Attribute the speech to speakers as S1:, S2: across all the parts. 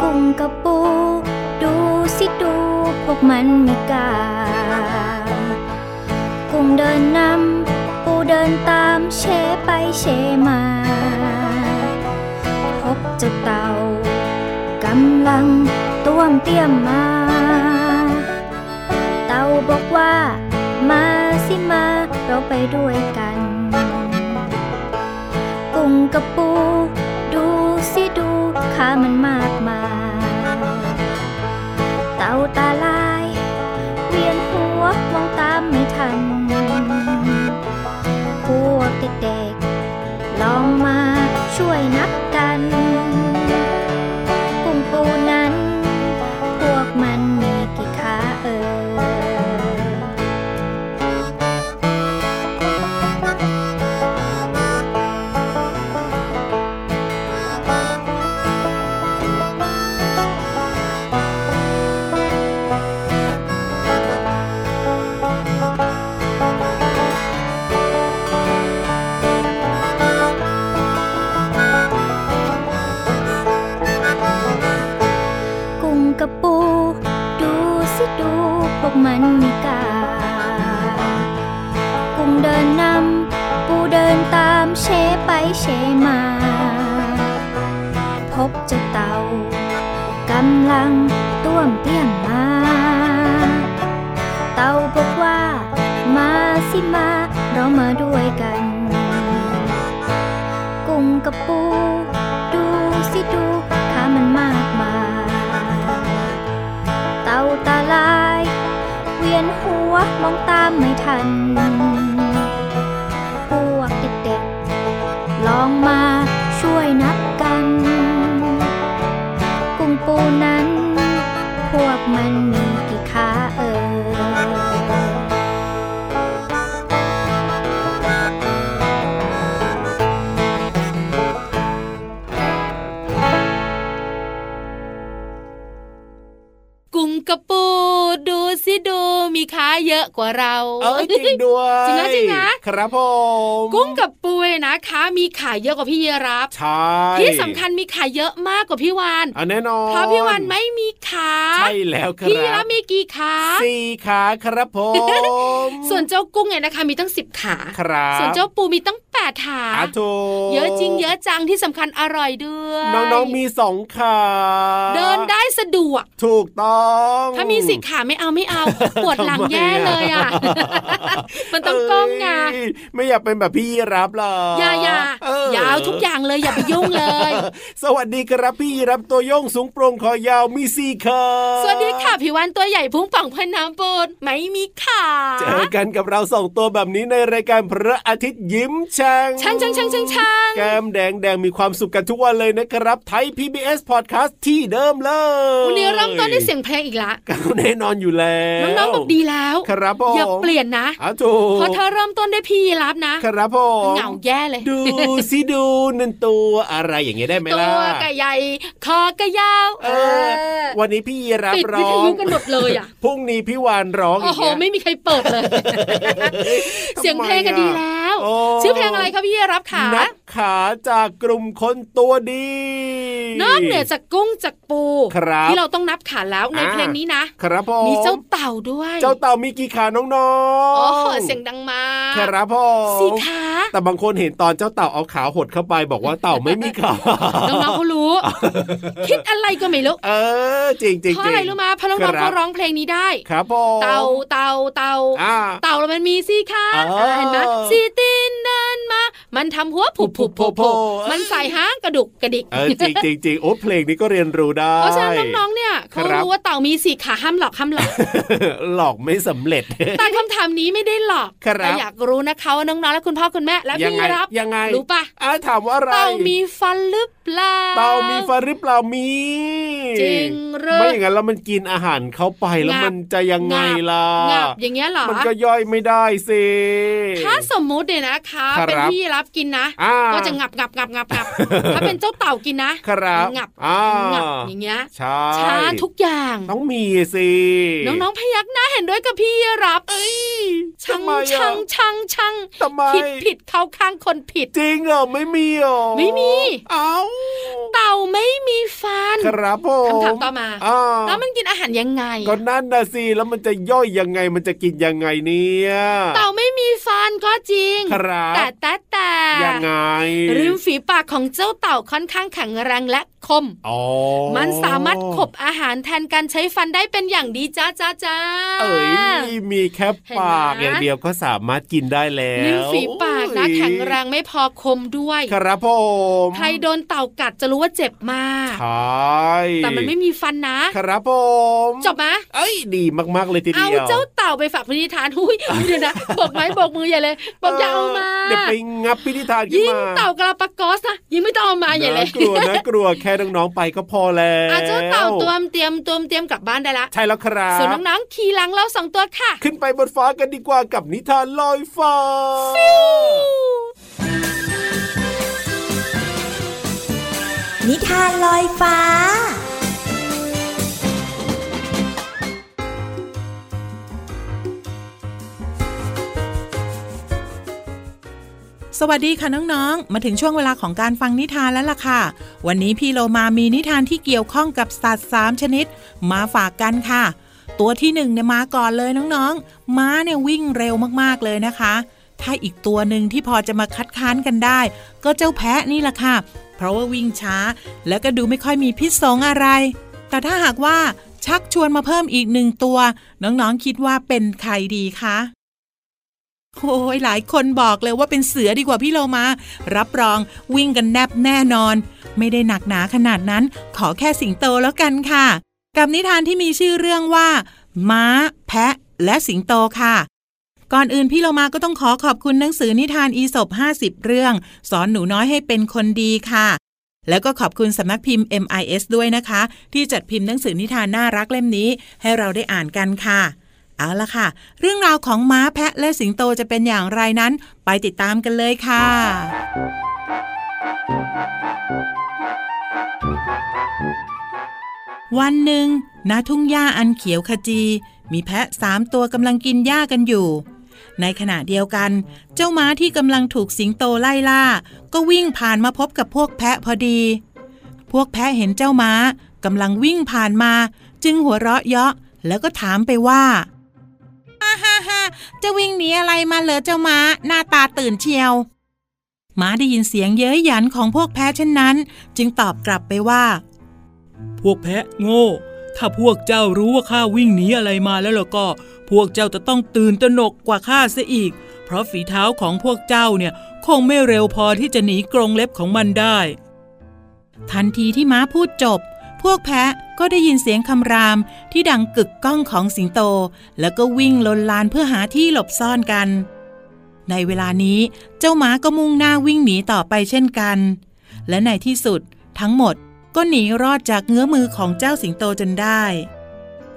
S1: กุ้งกระปู ดูสิดูพวกมันไม่กล้ากุ้งเดินนำปูเดินตามเชไปเชมา พบเจ้าเต่ากำลังต้วมเตี้ยมมา เต่าบอกว่า มาสิมาเราไปด้วยกัน กุ้งกระปู ดูสิดูข้ามันมากมายเต่าตาลาย เวียนหัวมองตามไม่ทัน พวกเด็กๆลองมาช่วยนับกัน กุ้งปูนั้น พวกมันมีกี่ขาเอ่ย กุ้งกระปู ดูสิดูพวกมันมีกากุ้งเดินนำปูเดินตามเชไปเชมา พบเจ้าเต่ากำลังต้วมเตี้ยมมา เต่าบอกว่า มาสิมาเรามาด้วยกัน กุ้งกระปู ดูสิดูข้ามันมากมายเต่าตาลาย เวียนหัวมองตามไม่ทัน พวกเด็กๆลองมาช่วยนับกัน กุ้งปูนั้น พวกมันมีกี่ขาเอ่ย
S2: กุ้งกระปูดูสิดูมีค้าเยอะกว่าเรา
S3: เอ้ยจริงด้วย
S2: จริงนะจริงนะ
S3: ครับผม
S2: กุ้งกับปูเนี่ยนะคะมีขายเยอะกว่าพี่เยรับ
S3: ใช่
S2: ที่สำคัญมีขายเยอะมากกว่าพี่วาน
S3: อ่ะแน่นอน
S2: เพราะพี่วานไม่มีขา
S3: ใช่แล้วครั
S2: พี่เยรับมีกี่ขา
S3: สี่ขาครับผม
S2: ส่วนเจ้ากุ้งเนี่ยนะคะมีตั้งสิบขา
S3: ครับ
S2: ส่วนเจ้าปูมีตั้งแปดขา
S3: อ่ะถูก
S2: เยอะจริงเยอะจังที่สำคัญอร่อยด้วย
S3: น้องๆมีสองขา
S2: เดินได้สะดวก
S3: ถูกต้อง
S2: ถ้ามีสิขาไม่เอาไม่เอา ปวดหลังแย่เลยอ่ะ มันต้องก้มไง
S3: เอ้ยไม่อยากเป็นแบบพี่รับหรอ
S2: อย่าอย่า
S3: เออ
S2: อยาวทุกอย่างเลยอย่าไปยุ่งเลย
S3: สวัสดีครับพี่รับตัวโยงสูงโปรงคอยาวมีสี่ขา
S2: สวัสดีค่ะพี่วันตัวใหญ่พุงป่องพอน้ำปูนไม่มีขา
S3: เจอกันกับเราสองตัวแบบนี้ในรายการพระอาทิตย์ยิ้มช่าง
S2: ช่างช่างช่างช่างช่าง
S3: แก้มแดงแดงมีความสุขกันทุกวันเลยนะครับ ไทย PBS Podcast ที่เดิมเลย
S2: วันนี้เริ่มต้นด้วยเสียงเพลงอีกละ
S3: ก็แน่นอนอยู่แล้ว
S2: น้องๆบอกดีแล้ว
S3: ครับผม
S2: อย่าเปลี่ยนนะ
S3: อ่ะถูก
S2: เพราะเธอเริ่มต้นด้วยพี่รับนะครับ
S3: ผม
S2: เหงาแย่เลย
S3: ดูสิดูนั่นตัวอะไรอย่างเงี้ยได้ไหม
S2: ตั
S3: ล่ะ
S2: วก็ใหญ่ คอก็ยาว
S3: เออ วันนี้พี่รับ
S2: ปิด
S3: ร้
S2: วิ
S3: อ
S2: ท
S3: ง
S2: ยุกันหมดเลยอ่ะ
S3: พรุ่งนี้พี่วานร้อง
S2: โอ้โห
S3: ย่างเงี้ย
S2: ไม่มีใครเปิดเลย เสียงเพลงก็ดีแล้ว
S3: โอ้
S2: ชื่อเพลงอะไรคะพี่รับขา
S3: นักขาจากกลุ่มคนตัวดี
S2: นอกเหนือจากกุ้งจากปู
S3: ครับ
S2: ที่เราต้องนับขาแล้วใน
S3: อ่า
S2: เพลงนี้นะ
S3: ครับผม
S2: มีเจ้าเต่าด้วย
S3: เจ้าเต่ามีกี่ขาน้อง
S2: โอ้
S3: ๆ
S2: โหเสียงดังมาก
S3: ครับผม
S2: สี่ขา
S3: แต่บางคนเห็นตอนเจ้าเต่าเอาขาหดเข้าไป บอกว่าเต่าไม่มีขา
S2: น้องๆเขารู้ คิดอะไรก็ไม่รู้
S3: เออจริงจริง
S2: เพราะอะไรรู้มาเพราะน้องๆเขาร้องเพลงนี้ได้
S3: ครับผม
S2: เต่าเต่าเต่า
S3: อ่า
S2: เต่าแล้วมันมีสี่ขา
S3: อ๋อ
S2: เห็นไหมสี่ตีนเดินมา มันทำหัวผุบผุบผุบผุบมันใส่หางกระดุกกระดิก
S3: เออจริงจริงจริงโอ้เพลงนี้ก็เรียนรู้ได้
S2: เพราะฉะนั้นน้องๆเนี่ยเขา
S3: ครับ
S2: รู้ว่าเต่ามีสี่ขาห้ามหลอกห้ามหลอก
S3: หลอกไม่สำเร็จ
S2: แต่คำถามนี้ไม่ได้หลอก
S3: ครับ
S2: แต่อยากรู้นะคะว่าน้องๆและคุณพ่อคุณแม่และ
S3: ยั
S2: พี่
S3: งไง
S2: รับ
S3: ยังไง
S2: รู้ปะ
S3: อ่ะถามว่าอะไร
S2: เต่ามีฟันหรือเปล่า
S3: เต่ามีฟันหรือเปล่ามี
S2: จริงเหรอ
S3: ไม่อย่างนั้นแล้วมันกินอาหารเข้าไปแล้ว
S2: งับ
S3: มันจะยังไงล่ะ
S2: งับอย่างเงี้ยเหรอ
S3: มันก็ย่อยไม่ได้สิ
S2: ถ้าสมมุติเนี่ยนะคะ
S3: ครับ
S2: เป็นพี่รับกินนะ
S3: อ่า
S2: ก็จะงับงับงับงับ งับ ถ้าเป็นเจ้าเต่ากินนะครับ งับ
S3: อ่า
S2: งับอย่างเงี้ย
S3: ใช่
S2: ช้าทุกอย่าง
S3: ต้องมีสิ
S2: น้องๆพยักหน้าเห็นด้วยกับพี่รับ
S3: เอ้ย
S2: ชั
S3: ทำ
S2: ง
S3: ไมอะ
S2: ชังชังชัง
S3: ทำไม
S2: ผิดผิดเข้าข้างคนผิด
S3: จริงเหรอไม่มีเหรอ
S2: ไม่มี
S3: เอ้า
S2: เต่าไม่มีฟัน
S3: ครับผม
S2: คำถามต่อมา
S3: อ่า
S2: แล้วมันกินอาหารยังไง
S3: ก็นั่นนะสิแล้วมันจะย่อยยังไงมันจะกินยังไงเนี่ย
S2: เต่าไม่มีฟันก็จริง
S3: ครับ
S2: แต่แต่แต่
S3: ยังไง
S2: ริมฝีปากของเจ้าเต่าค่อนข้างแข็งแรงและคม
S3: อ๋อ
S2: มันสามารถขบอาหารแทนการใช้ฟันได้เป็นอย่างดีจ้าจ้าจ้า
S3: เอ้ยมีแค่ปาก
S2: เห็นไหม
S3: อย่างเดียวก็สามารถกินได้แล้ว
S2: ริมฝีปากนะ
S3: โอ้ย
S2: แข็งแรงไม่พอคมด้วย
S3: ครับผม
S2: ใครโดนเต่ากัดจะรู้ว่าเจ็บมาก
S3: ใช่
S2: แต่มันไม่มีฟันนะ
S3: ครับผม
S2: จบไหม
S3: เอ้ยดีมากๆเลยทีเดี
S2: เอา
S3: ยว
S2: เจ้าเต่าไปฝากพินิธานหุ้ยเดี๋ยวนะบอกไม้บอกมืออย่าเลยบอกอย่าเอามา
S3: เดี๋ยวไปงับพิธีทานขึ้น
S2: ยิ่ง
S3: มา
S2: เต่ากระปะกอสนะยิ่งไม่ต้องเอามาใหญ่เลย
S3: น่ากลัวนะกลัวแค่น้องๆไปก็พอแล้ว
S2: อาเจ้าเต่าตัวมเตรียมตัวมเตรียมกลับบ้านได้ละ
S3: ใช่แล้วครั
S2: ส่วน
S3: บ
S2: น้องๆขี่หลังเราสองตัวค่ะ
S3: ขึ้นไปบนฟ้ากันดีกว่ากับนิทานลอยฟ้า
S4: นิทานลอยฟ้า
S5: สวัสดีค่ะน้องๆ มาถึงช่วงเวลาของการฟังนิทานแล้วล่ะค่ะ วันนี้พี่โลมามีนิทานที่เกี่ยวข้องกับสัตว์สามชนิด มาฝากกันค่ะ ตัวที่หนึ่งเนี่ยมาก่อนเลยน้องๆ ม้าเนี่ยวิ่งเร็วมากๆเลยนะคะ ถ้าอีกตัวหนึ่งที่พอจะมาคัดค้านกันได้ ก็เจ้าแพะนี่แหละค่ะ เพราะว่าวิ่งช้า แล้วก็ดูไม่ค่อยมีพิษสงอะไร แต่ถ้าหากว่าชักชวนมาเพิ่มอีกหนึ่งตัว น้องๆ คิดว่าเป็นใครดีคะ โอ้ยหลายคนบอกเลยว่าเป็นเสือดีกว่าพี่โลมา รับรองวิ่งกันแนบแน่นอน ไม่ได้หนักหนาขนาดนั้น ขอแค่สิงโตแล้วกันค่ะ กับนิทานที่มีชื่อเรื่องว่า ม้า แพะ และสิงโตค่ะ ก่อนอื่นพี่โลมาก็ต้องขอขอบคุณหนังสือนิทานอีสบ50 เรื่อง สอนหนูน้อยให้เป็นคนดีค่ะ แล้วก็ขอบคุณสำนักพิมพ์ MIS ด้วยนะคะ ที่จัดพิมพ์หนังสือนิทานน่ารักเล่มนี้ ให้เราได้อ่านกันค่ะ เอาละค่ะ เรื่องราวของม้าแพะและสิงโตจะเป็นอย่างไรนั้น ไปติดตามกันเลยค่ะ วันหนึ่งณทุ่งหญ้าอันเขียวขจี มีแพะสามตัวกำลังกินหญ้ากันอยู่ ในขณะเดียวกัน เจ้าม้าที่กำลังถูกสิงโตไล่ล่า ก็วิ่งผ่านมาพบกับพวกแพะพอดี พวกแพะเห็นเจ้าม้ากำลังวิ่งผ่านมา จึงหัวเราะเยาะแล้วก็ถามไปว่าฮ่าฮ่าฮ่าจะวิ่งหนีอะไรมาเหรอเจ้าม้า หน้าตาตื่นเชียวม้าได้ยินเสียงเย้ยหยันของพวกแพะเช่นนั้น จึงตอบกลับไปว่า
S6: พวกแพะโง่ ถ้าพวกเจ้ารู้ว่าข้าวิ่งหนีอะไรมาแล้วล่ะก็ พวกเจ้าจะต้องตื่นตระหนกกว่าข้าเสียอีก เพราะฝีเท้าของพวกเจ้าเนี่ย คงไม่เร็วพอที่จะหนีกรงเล็บของมันได้
S5: ทันทีที่ม้าพูดจบ พวกแพะก็ได้ยินเสียงคำรามที่ดังกึกก้องของสิงโต แล้วก็วิ่งลนลานเพื่อหาที่หลบซ่อนกัน ในเวลานี้เจ้าม้าก็มุ่งหน้าวิ่งหนีต่อไปเช่นกัน และในที่สุดทั้งหมดก็หนีรอดจากเงื้อมือของเจ้าสิงโตจนได้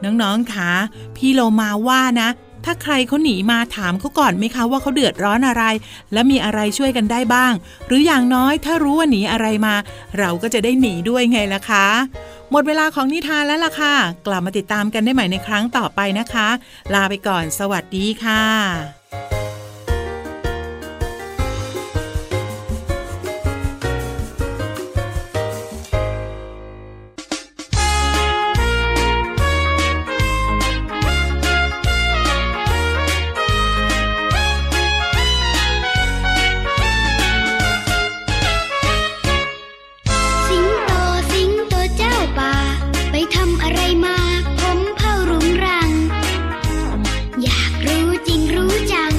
S5: น้องๆคะพี่โลมาว่านะ ถ้าใครเขาหนีมาถามเขาก่อนไหมคะว่าเขาเดือดร้อนอะไร และมีอะไรช่วยกันได้บ้าง หรืออย่างน้อยถ้ารู้ว่าหนีอะไรมา เราก็จะได้หนีด้วยไงล่ะคะ หมดเวลาของนิทานแล้วล่ะค่ะ กลับมาติดตามกันได้ใหม่ในครั้งต่อไปนะคะ ลาไปก่อน สวัสดีค่ะ
S7: สิงโตสิงโตเจ้าป่า ไปทำอะไรมา ผมเผารุงรัง อยากรู้จริงรู้จัง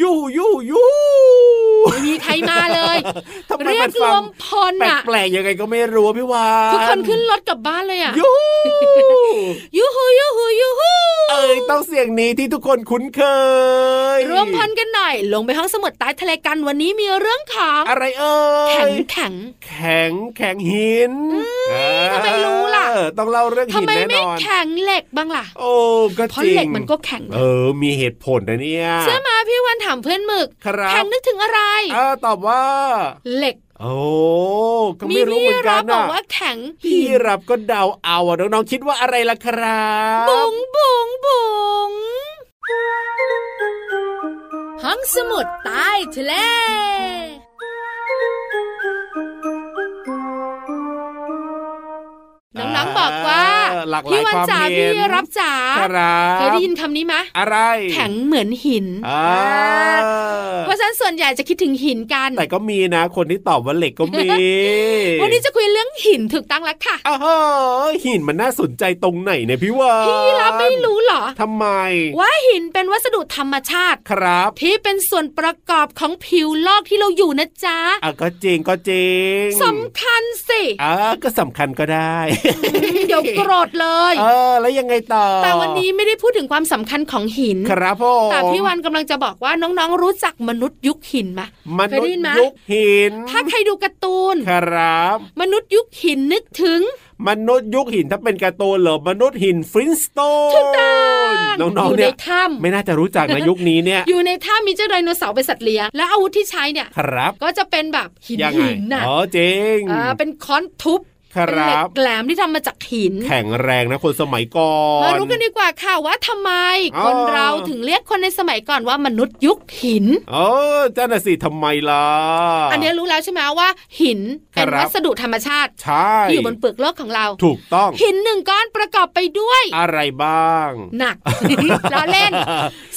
S3: ยูยูยู
S2: ไม่มีใครมาเลย
S3: ทำไม
S2: เรีย
S3: มั
S2: ก
S3: น
S2: ร
S3: ฟั
S2: ว
S3: ง
S2: มพลอ่ะ
S3: แปลกๆยังไงก็ไม่รู้พี่วาน
S2: ทุกคนขึ้นรถกลับบ้านเลยอ่ะ
S3: ยู
S2: ยูฮูยูฮูยูฮู
S3: เอ้ยต้องเสียงนี้ที่ทุกคนคุ้นเคย
S2: รวมพลกันหน่อย ลงไปห้องสมุดใต้ทะเลกันวันนี้มีเรื่องของ
S3: อะไรเอ่ย
S2: แข็งแข็ง
S3: แข็งแข็งหินเออ
S2: ทำไมรู้ล่ะ
S3: ต้องเล่าเรื่อง
S2: ทำ
S3: หิน
S2: ไม
S3: แน่น
S2: ไม่
S3: อน
S2: แข็งเหล็กบ้างล่ะ
S3: โอ้ก็
S2: เพราะ
S3: จริง
S2: เหล็กมันก็แข็ง
S3: เออ มีเหตุผลนะเนี่ย
S2: เชื่อมาพี่วันถามเพื่อนหมึก
S3: ครับ
S2: แข็งนึกถึงอะไร
S3: เออตอบว่า
S2: เหล็ก
S3: โอ้ก็
S2: มี
S3: ไม่รู้
S2: พี่
S3: เหมือนกั
S2: รั
S3: น
S2: บบอก
S3: น่ะ
S2: ว่าแข็ง
S3: พี่รับก็เดาเอาอะน้องๆคิดว่าอะไรล่ะครับ
S2: บุ๋งบุ๋งบุ๋งห้องสมุดใต้ทะเล น้องๆบอกว่า
S3: เออหลากหลา
S2: พี่
S3: ย
S2: วัน
S3: ความ
S2: จ๋า
S3: เห็
S2: พี่
S3: น
S2: รับจ๋า
S3: ครับ
S2: เคยได้ยินคำนี้ไหมะ
S3: อะไร
S2: แข็งเหมือนหิน
S3: อ่า
S2: เพราะฉะนั้นส่วนใหญ่จะคิดถึงหินกัน
S3: แต่ก็มีนะ คนที่ตอบว่าเหล็กก็มี
S2: วันนี้จะคุยเรื่องหินถูกต้องแล้วค่ะ
S3: อ้าวเฮ้ยหินมันน่าสนใจตรงไหนเนี่ยพี่วาน
S2: พี่รับไม่รู้เหรอ
S3: ทำไม
S2: ว่าหินเป็นวัสดุธรรมชาติ
S3: ครับ
S2: ที่เป็นส่วนประกอบของผิวโลกที่เราอยู่นะจ๊ะ
S3: อ่ะก็จริงก็จริง
S2: สำคัญสิ
S3: อ่ะก็สำคัญก็ได้
S2: เดี๋ยวโกรธเลย
S3: เออแล้วยังไงต่อ
S2: แต่วันนี้ไม่ได้พูดถึงความสำคัญของหิน
S3: ครับผม
S2: แต่พี่วันกำลังจะบอกว่าน้องๆ รู้จักมนุษย์ยุคหินไหม
S3: ม
S2: เคย
S3: นุษ
S2: ได้ยิน
S3: ย์
S2: ไหม
S3: ยุคหิน
S2: ถ้าใครดูการ์ตูน
S3: ครับ
S2: มนุษย์ยุคหินนึกถึง
S3: มนุษย์ยุคหินถ้าเป็นการ์ตูนเหรอมนุษย์หินฟรินสโต
S2: ถูกต้อง
S3: นน้อง
S2: อยู่
S3: ๆเนี่ย
S2: ในถ้ำ
S3: ไม่น่าจะรู้จั กนะ ยุคนี้เนี่ย
S2: อยู่ในถ้ำมีเจ้าไดโนเสาร์เป็นสัตว์เลี้ยง แล้วอาวุธที่ใช้เนี่ย
S3: ครับ
S2: ก็จะเป็นแบบหิน
S3: ยังไง
S2: หินน่ะ
S3: อ๋อจริง
S2: อ่าเป็นค้อนทุบ
S3: ค
S2: เป็นเห
S3: รั
S2: ล็ก
S3: บ
S2: แหลมที่ทำมาจากหิน
S3: แข็งแรงนะคนสมัยก่อน
S2: มารู้กันดีกว่าค่ะว่าทำไม
S3: อ๋อ
S2: คนเราถึงเรียกคนในสมัยก่อนว่ามนุษย์ยุคหิน
S3: เออเจ้าน่ะสิทำไมล่ะ
S2: อันนี้รู้แล้วใช่ไหมว่า หินเป็น
S3: ครับ
S2: วัสดุธรรมชาติ
S3: ใช่
S2: ที่อยู่บนเปลือกโลกของเรา
S3: ถูกต้อง
S2: หินหนึ่งก้อนประกอบไปด้วย
S3: อะไรบ้าง
S2: หนัก ล้อเล่น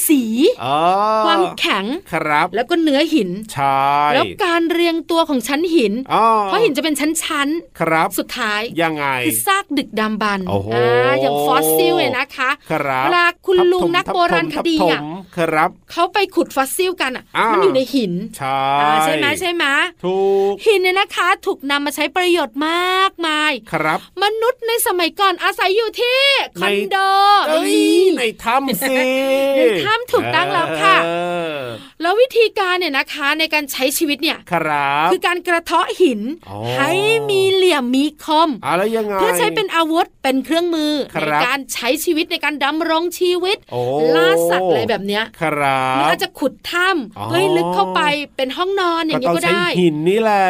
S2: สี
S3: อ๋อ
S2: ความแข็ง
S3: ครับ
S2: แล้วก็เนื้อหิน
S3: ใช่
S2: แล้วการเรียงตัวของชั้นหิน
S3: อ๋อ
S2: เพราะหินจะเป็นชั้น
S3: ครับ
S2: ๆ สุดท้าย
S3: ยังไง
S2: คือซากดึกดำบรรพ์
S3: โอ้โห
S2: อ่าอย่างฟอสซิลเนี่ยนะคะ
S3: ครับ
S2: เวลาคุณ
S3: ทับ
S2: ลุง
S3: ถม
S2: นัก
S3: ทั
S2: โบราณ
S3: ถม
S2: คดี
S3: ทับ
S2: อ่ะ
S3: ถมครับ
S2: เขาไปขุดฟอสซิลกันอ่ะ
S3: อ่ามั
S2: มันอยู่ในหิน
S3: ใช่
S2: อ่าใช่ไหมใช่ไหม
S3: ถูก
S2: หินเนี่ยนะคะ ถูกนำมาใช้ประโยชน์มากมาย
S3: ครับ
S2: มนุษย์ในสมัยก่อนอาศัยอยู่ที่ค
S3: ใน
S2: อนโด
S3: เอ้ย
S2: นี่
S3: ในถ้ำสิ
S2: ในถ้ำถูกต้องแล้วค่ะ
S3: เออ
S2: แล้ววิธีการเนี่ยนะคะในการใช้ชีวิตเนี่ย
S3: ครับ
S2: คือการกระเทาะหิน
S3: อ๋อ
S2: ให้มีเหลี่ยมมีคม
S3: อะไรยังไง
S2: เพื่อใช้เป็นอาวุธเป็นเครื่องมือ
S3: ค
S2: ใน
S3: รับ
S2: การใช้ชีวิตในการดำรงชีวิต
S3: โอ้
S2: ล่าสัตว์อะไรแบบเนี้ย
S3: ครับ
S2: หรืออาจจะขุดถ้
S3: อ๋อ
S2: ำเพื่อให้ลึกเข้าไปเป็นห้องนอนอย่าง
S3: ก็
S2: นี้
S3: ต้อง
S2: ก็
S3: ใช้
S2: ได้
S3: หินนี่แหละ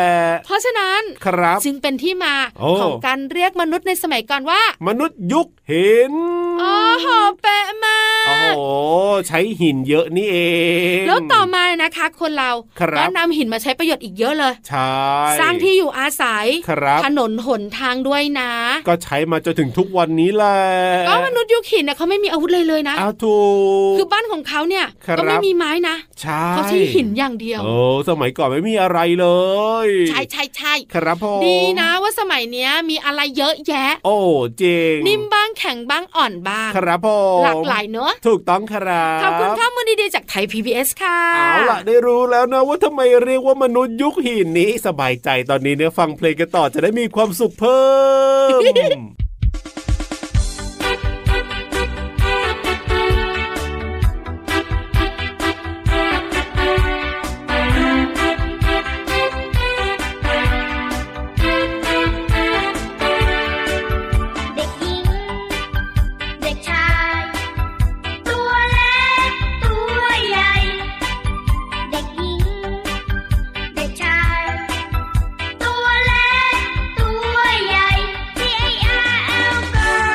S2: เพราะฉะนั้น
S3: ครับ
S2: จึงเป็นที่มา
S3: โอ้
S2: ของการเรียกมนุษย์ในสมัยก่อนว่าม
S3: นุษย์ยุคหิน
S2: อ๋อหอเปะมาก
S3: โอ้โหใช้หินเยอะนี่เอง
S2: แล้วต่อมานะคะ คนเรา
S3: ครับ
S2: ก็นำหินมาใช้ประโยชน์อีกเยอะเลย
S3: ใช่
S2: สร้างที่อยู่อาศัย
S3: ครับ
S2: ถนนหนทางด้วยนะ
S3: ก็ใช้มาจนถึงทุกวันนี้แหละ
S2: ก็มนุษย์ยุคหินนะเขาไม่มีอาวุธเลยเลยนะ
S3: อ้าวถูก
S2: คือบ้านของเขาเนี่ย
S3: ครับ
S2: ก็ไม่มีไม้นะ
S3: ใช่
S2: เขาใช้หินอย่างเดียว
S3: โอ้สมัยก่อนไม่มีอะไรเลย
S2: ใช่ใช่ใช่
S3: ครับผม
S2: ดีนะว่าสมัยเนี้ยมีอะไรเยอะแยะ
S3: โอ้จริง
S2: นิ่มบ้างแข็งบ้างอ่อนบ้าง
S3: ครับผม
S2: หลากหลายเนอะ
S3: ถูกต้องครับ
S2: ขอบคุณข้อมูลดีๆจากไทย PBS ค่ะ
S3: เอาล่ะได้รู้แล้วนะว่าทำไมเรียกว่ามนุษย์ยุคหินนี้สบายใจตอนนี้เนี่ยฟังเพลงกันต่อจะได้มีความสุขเพิ่ม
S7: เด็กหญิง เด็กชาย ตัวเล็กตัวใหญ่ เด็กหญิง เด็กชาย ตัวเล็กตัวใหญ่ C A I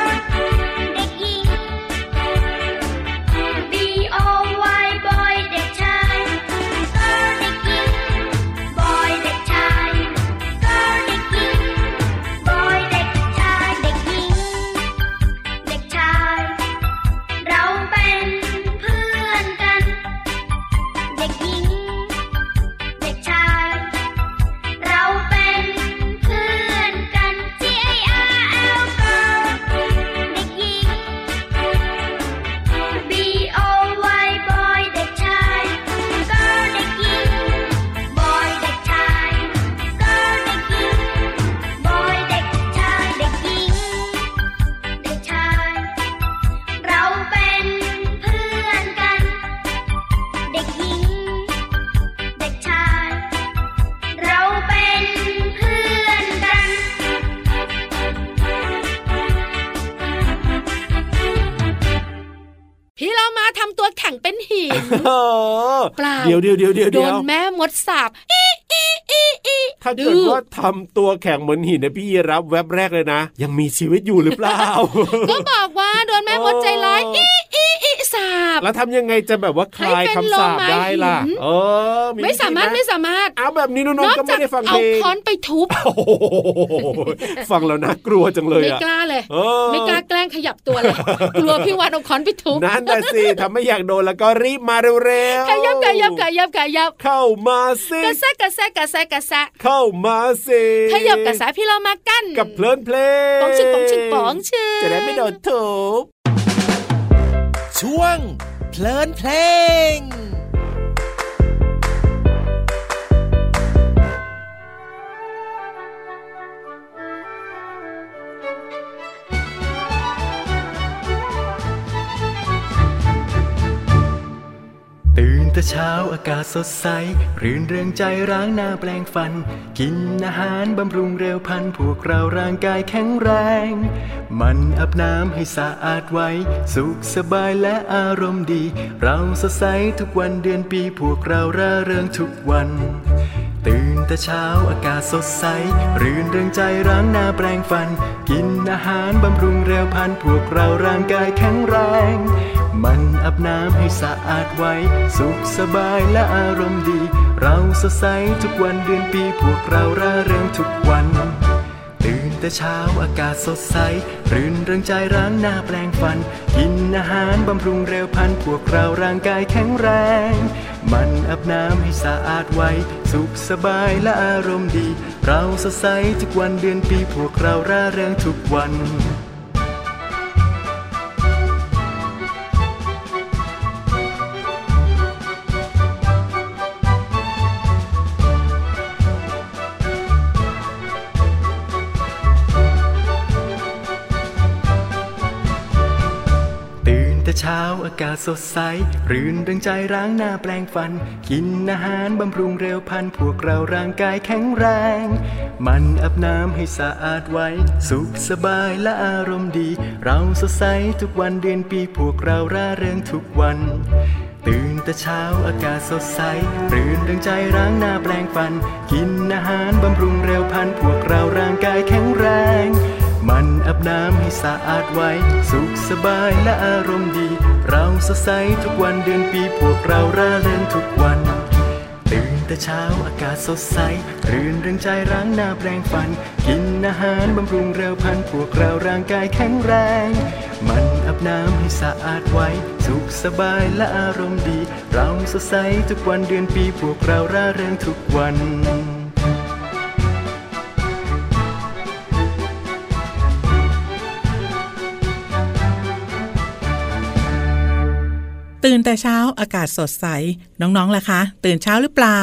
S2: ตัวแข็งเป็นหิน
S3: เออ
S2: เปล่า
S3: เดี๋ยวเดี๋ยวเดี๋ยวเดี๋ยว
S2: โด
S3: เดี๋ย
S2: น
S3: ว
S2: แม่มดสาบอีอีอีอี
S3: ถ้าเกิดว่าทำตัวแข็งเหมือนหินนะพี่ยีรับแวบแรกเลยนะ ยังมีชีวิตอยู่หรือเปล่า
S2: ก็บอกว่าโดนแม่มดใจร้าย
S3: โอ้
S2: อีอีอีสาบ
S3: แล้วทำยังไงจะแบบว่าคลายคำสาปได้ล่ะ
S2: ให้เป็นโลมาหิน
S3: เออ
S2: ไม่สามารถไม่สามารถ
S3: เอาแบบนี้น้
S2: น
S3: อง
S2: อก
S3: ๆก็
S2: จา
S3: ไม่
S2: ก
S3: ได้ฟังเพ
S2: เอา
S3: ลง
S2: ค้อนไปทุบ
S3: โอ้โหฟังแล้วน่ากลัวจังเลย
S2: ไม่
S3: อ่ะ
S2: กล้าเลย
S3: เออ
S2: ไม่กล้าแกล้งขยับตัว เลยกลัวพี่วานเอาค้อนไปทุบ
S3: นั่นน่ะ สิทำไม่อยากโดนแล้วก็รีบมาเร็วๆ
S2: ขยับขยับขยับขยับ
S3: เข้ามาสิ
S2: กระแซะกระแซะกระแซะกระแซะ
S3: เข้ามาสิ
S2: ขยับกระแซะพี่เรามากัน
S3: กับเพลินเพลง
S2: ปองชิงปองชิงปองชิง
S3: จะได้ไม่โดนถูก
S8: ช่วง เพลินเพลง
S9: ตื่นแต่เช้าอากาศสดใส รื่นเริงใจร้างหน้าแปลงฟัน กินอาหารบำรุงเร็วพลัน พวกเราร่างกายแข็งแรง มันอาบน้ำให้สะอาดไว้ สุขสบายและอารมณ์ดี เราสดใสทุกวันเดือนปีพวกเราร่าเริงทุกวัน ตื่นแต่เช้าอากาศสดใส รื่นเริงใจร้างหน้าแปลงฟัน กินอาหารบำรุงเร็วพลัน พวกเราร่างกายแข็งแรง มันอาบน้ำให้สะอาดไว้ สุขสบายและอารมณ์ดี เราสดใสทุกวันเดือนปีพวกเราร่าเริงทุกวัน ตื่นแต่เช้าอากาศสดใส รื่นเริงใจร้างหน้าแปลงฟัน กินอาหารบำรุงเร็วพลัน พวกเราร่างกายแข็งแรง มันอาบน้ำให้สะอาดไว้ สุขสบายและอารมณ์ดี เราสดใสทุกวันเดือนปีพวกเราร่าเริงทุกวัน ตื่นแต่เช้าอากาศสดใส รื่นเริงใจร้างหน้าแปลงฟัน กินอาหารบำรุงเร็วพลัน พวกเราร่างกายแข็งแรง มันอาบน้ำให้สะอาดไว้ สุขสบายและอารมณ์ดี เราสดใสทุกวันเดือนปีพวกเราร่าเริงทุกวัน ตื่นแต่เช้าอากาศสดใส รื่นเริงใจร้างหน้าแปลงฟัน กินอาหารบำรุงเร็วพลัน พวกเราร่างกายแข็งแรง มันอาบน้ำให้สะอาดไว้ สุขสบายและอารมณ์ดี เราสดใสทุกวันเดือนปีพวกเราร่าเริงทุกวัน ตื่นแต่เช้าอากาศสดใส รื่นเริงใจร้างหน้าแปลงฟัน กินอาหารบำรุงเร็วพลันพวกเราร่างกายแข็งแรง มันอาบน้ำให้สะอาดไว้ สุขสบายและอารมณ์ดี เราสดใสทุกวันเดือนปีพวกเราร่าเริงทุกวัน
S5: ตื่นแต่เช้าอากาศสดใส น้องๆล่ะคะ ตื่นเช้าหรือเปล่า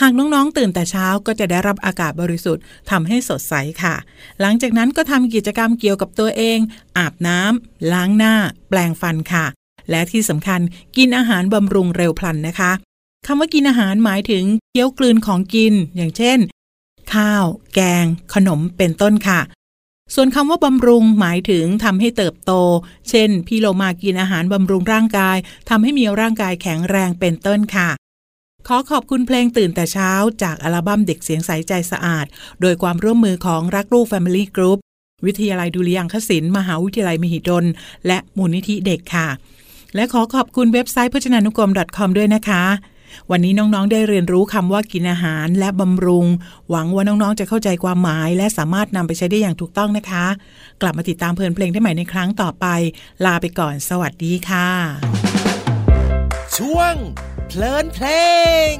S5: หากน้องๆ ตื่นแต่เช้าก็จะได้รับอากาศบริสุทธิ์ทำให้สดใสค่ะ หลังจากนั้นก็ทำกิจกรรมเกี่ยวกับตัวเอง อาบน้ำล้างหน้า แปลงฟันค่ะ และที่สำคัญกินอาหารบำรุงเร็วพลันนะคะคำว่ากินอาหารหมายถึงเคี้ยวกลืนของกิน อย่างเช่น ข้าว แกง ขนมเป็นต้นค่ะ ส่วนคำว่าบำรุงหมายถึงทำให้เติบโต เช่น พี่โลมากินอาหารบำรุงร่างกายทำให้มีร่างกายแข็งแรงเป็นต้นค่ะ ขอขอบคุณเพลงตื่นแต่เช้าจากอัลบั้มเด็กเสียงใสใจสะอาด โดยความร่วมมือของรักลูก Family Group วิทยาลัยดุริยางคศิลป์มหาวิทยาลัยมหิดล และมูลนิธิเด็กค่ะ และขอขอบคุณเว็บไซต์พจนานุกรม .com ด้วยนะคะ วันนี้น้องๆ ได้เรียนรู้คำว่ากินอาหารและบำรุง หวังว่าน้องๆ จะเข้าใจความหมาย และสามารถนำไปใช้ได้อย่างถูกต้องนะคะ กลับมาติดตามเพลินเพลงได้ใหม่ในครั้งต่อไป ลาไปก่อนสวัสดีค่ะ
S8: ช่วง เพลินเพลง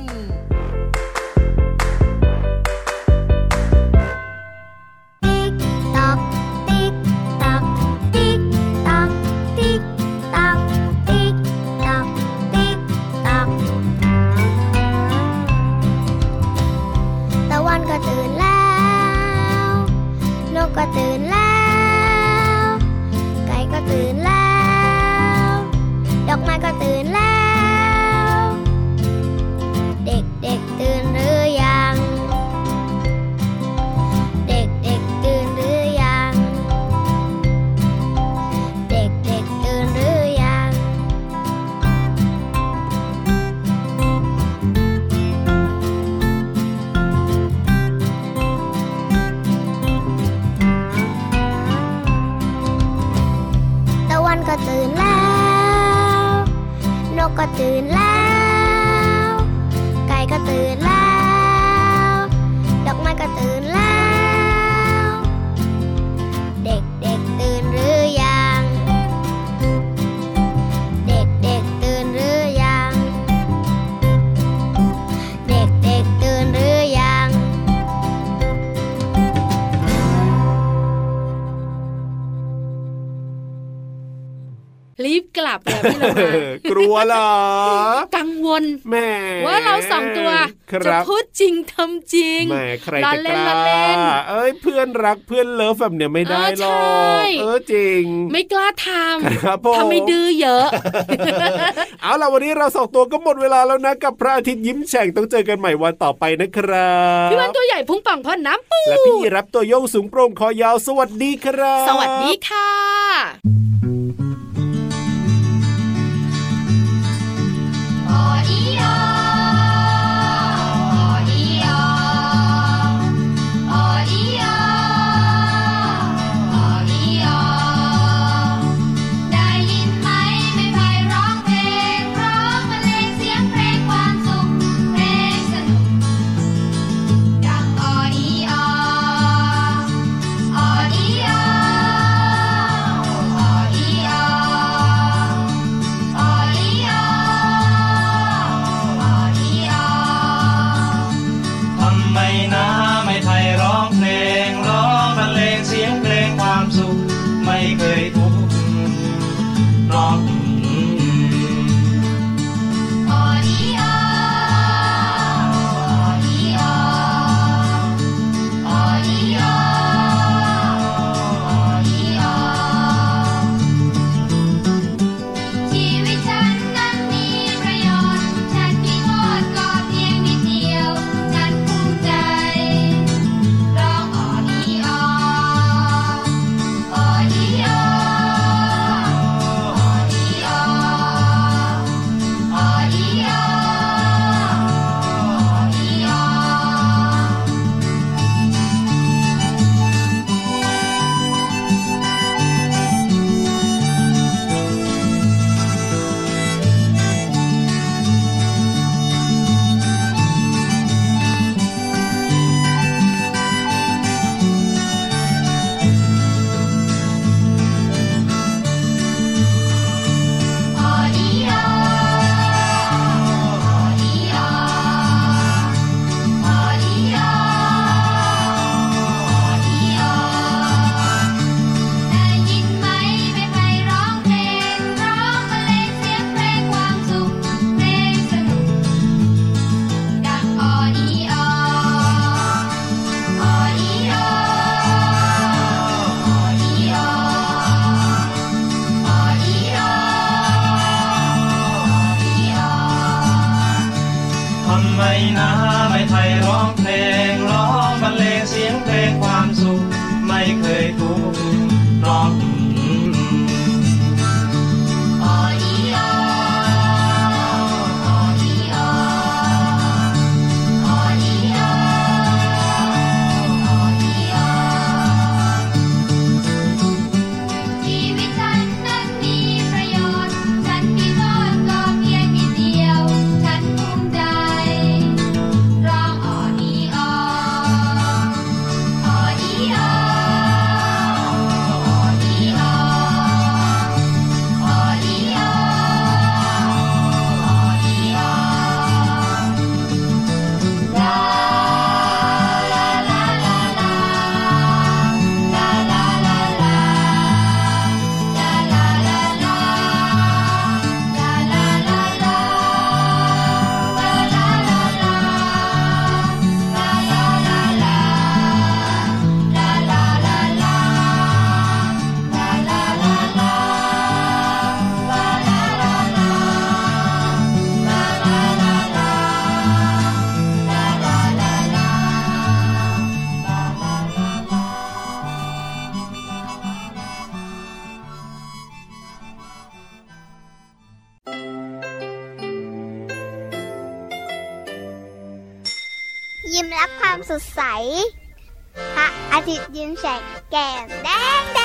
S7: ติ๊กตอก ติ๊กตอก ติ๊กตอก ติ๊กตอก ติ๊กตอก ติ๊กตอก
S10: ตะวันก็ตื่นแล้วนกก็ตื่นแล้ว ไก่ก็ตื่นแล้ว ดอกไม้ก็ตื่นแล้ว เด็ก ก็ตื่นแล้ว ไก่ก็ตื่นแล้ว ดอกไม้ก็ตื่นแล้ว เด็กเด็กๆตื่นหรือยัง เด็กเด็กๆตื่นหรือยัง เด็กเด็กๆตื่นหรือยัง
S2: รีบกลับแล้วพี่เรามาก
S3: ลัวเหรอ
S2: กังวล
S3: แหม่
S2: ว่าเราสองตัว
S3: ค
S2: จะ
S3: รับ
S2: พูดจริงทำจริง
S3: แหม่ใคร
S2: ล้อ
S3: จะก
S2: เล่นล้
S3: ล้า
S2: อเล่น
S3: เอ้ยเพื่อนรักเพื่อนเลิฟแบบเนี้ยไม่ได้
S2: เออ
S3: หร
S2: ใช่
S3: อกเออจริง
S2: ไม่กล้าท
S3: ครับผม
S2: ำทำไม่ดื้อเยอะ
S3: เอาล่ะวันนี้เราสองตัวก็หมดเวลาแล้วนะกับพระอาทิตย์ยิ้มแฉ่งต้องเจอกันใหม่วันต่อไปนะครับ
S2: พี่วันตัวใหญ่พุงป่องพอน้ำปู
S3: และพี่รับตัวโยงสูงโปร่งคอยาวสวัสดีครับ
S2: สวัสดีค่ะ
S7: ได้ยินไหมไม่ไพร้องเพลงร้องบรรเลงเสียงเพลงความสุขเพลงสนุก ดังออดีออออดีออออดีออออดีออออดีออ
S11: ทำไมนะไม่ไทยร้องเพลง ร้องบรรเลงเสียงเพลงความสุข ไม่เคยทุกข์ร้อง
S7: ออดีออออดีออออดีออออดีออชีวิตฉันนั้นมีประโยชน์ ฉันมีโทษก็เพียงนิดเดียว ฉันภูมิใจ ร้องออดีออออดีออออดีออ ออดีออออดีออ ออดีออออดีออออดีออออดีออได้ยินไหมไม่ไพร้องเพลงร้องบรรเลงเสียงเพลงความสุขเพลงส
S11: ทำไมนะไม่ไทยร้องเพลง ร้องบรรเลงเสียงเพลงความสุข ไม่เคย
S7: นุก ดังออดีออออดีออออดีออออดีออ
S11: ทุกข์ร้อง
S7: ชีวิตฉันนั้นมีประโยชน์ ฉันมีโทษก็เพียงนิดเดียว ฉันภูมิใจ ร้องอ่อนีอ่ออ่อนีอ่ออ่อนีอ่ออ่อนีอ่ออ่อนีอ่อลาลาลาลาลาลาลาลาลา
S10: ยิ้มรับความสดใส พระอาทิตย์ยิ้มแฉกแก้มแดงแด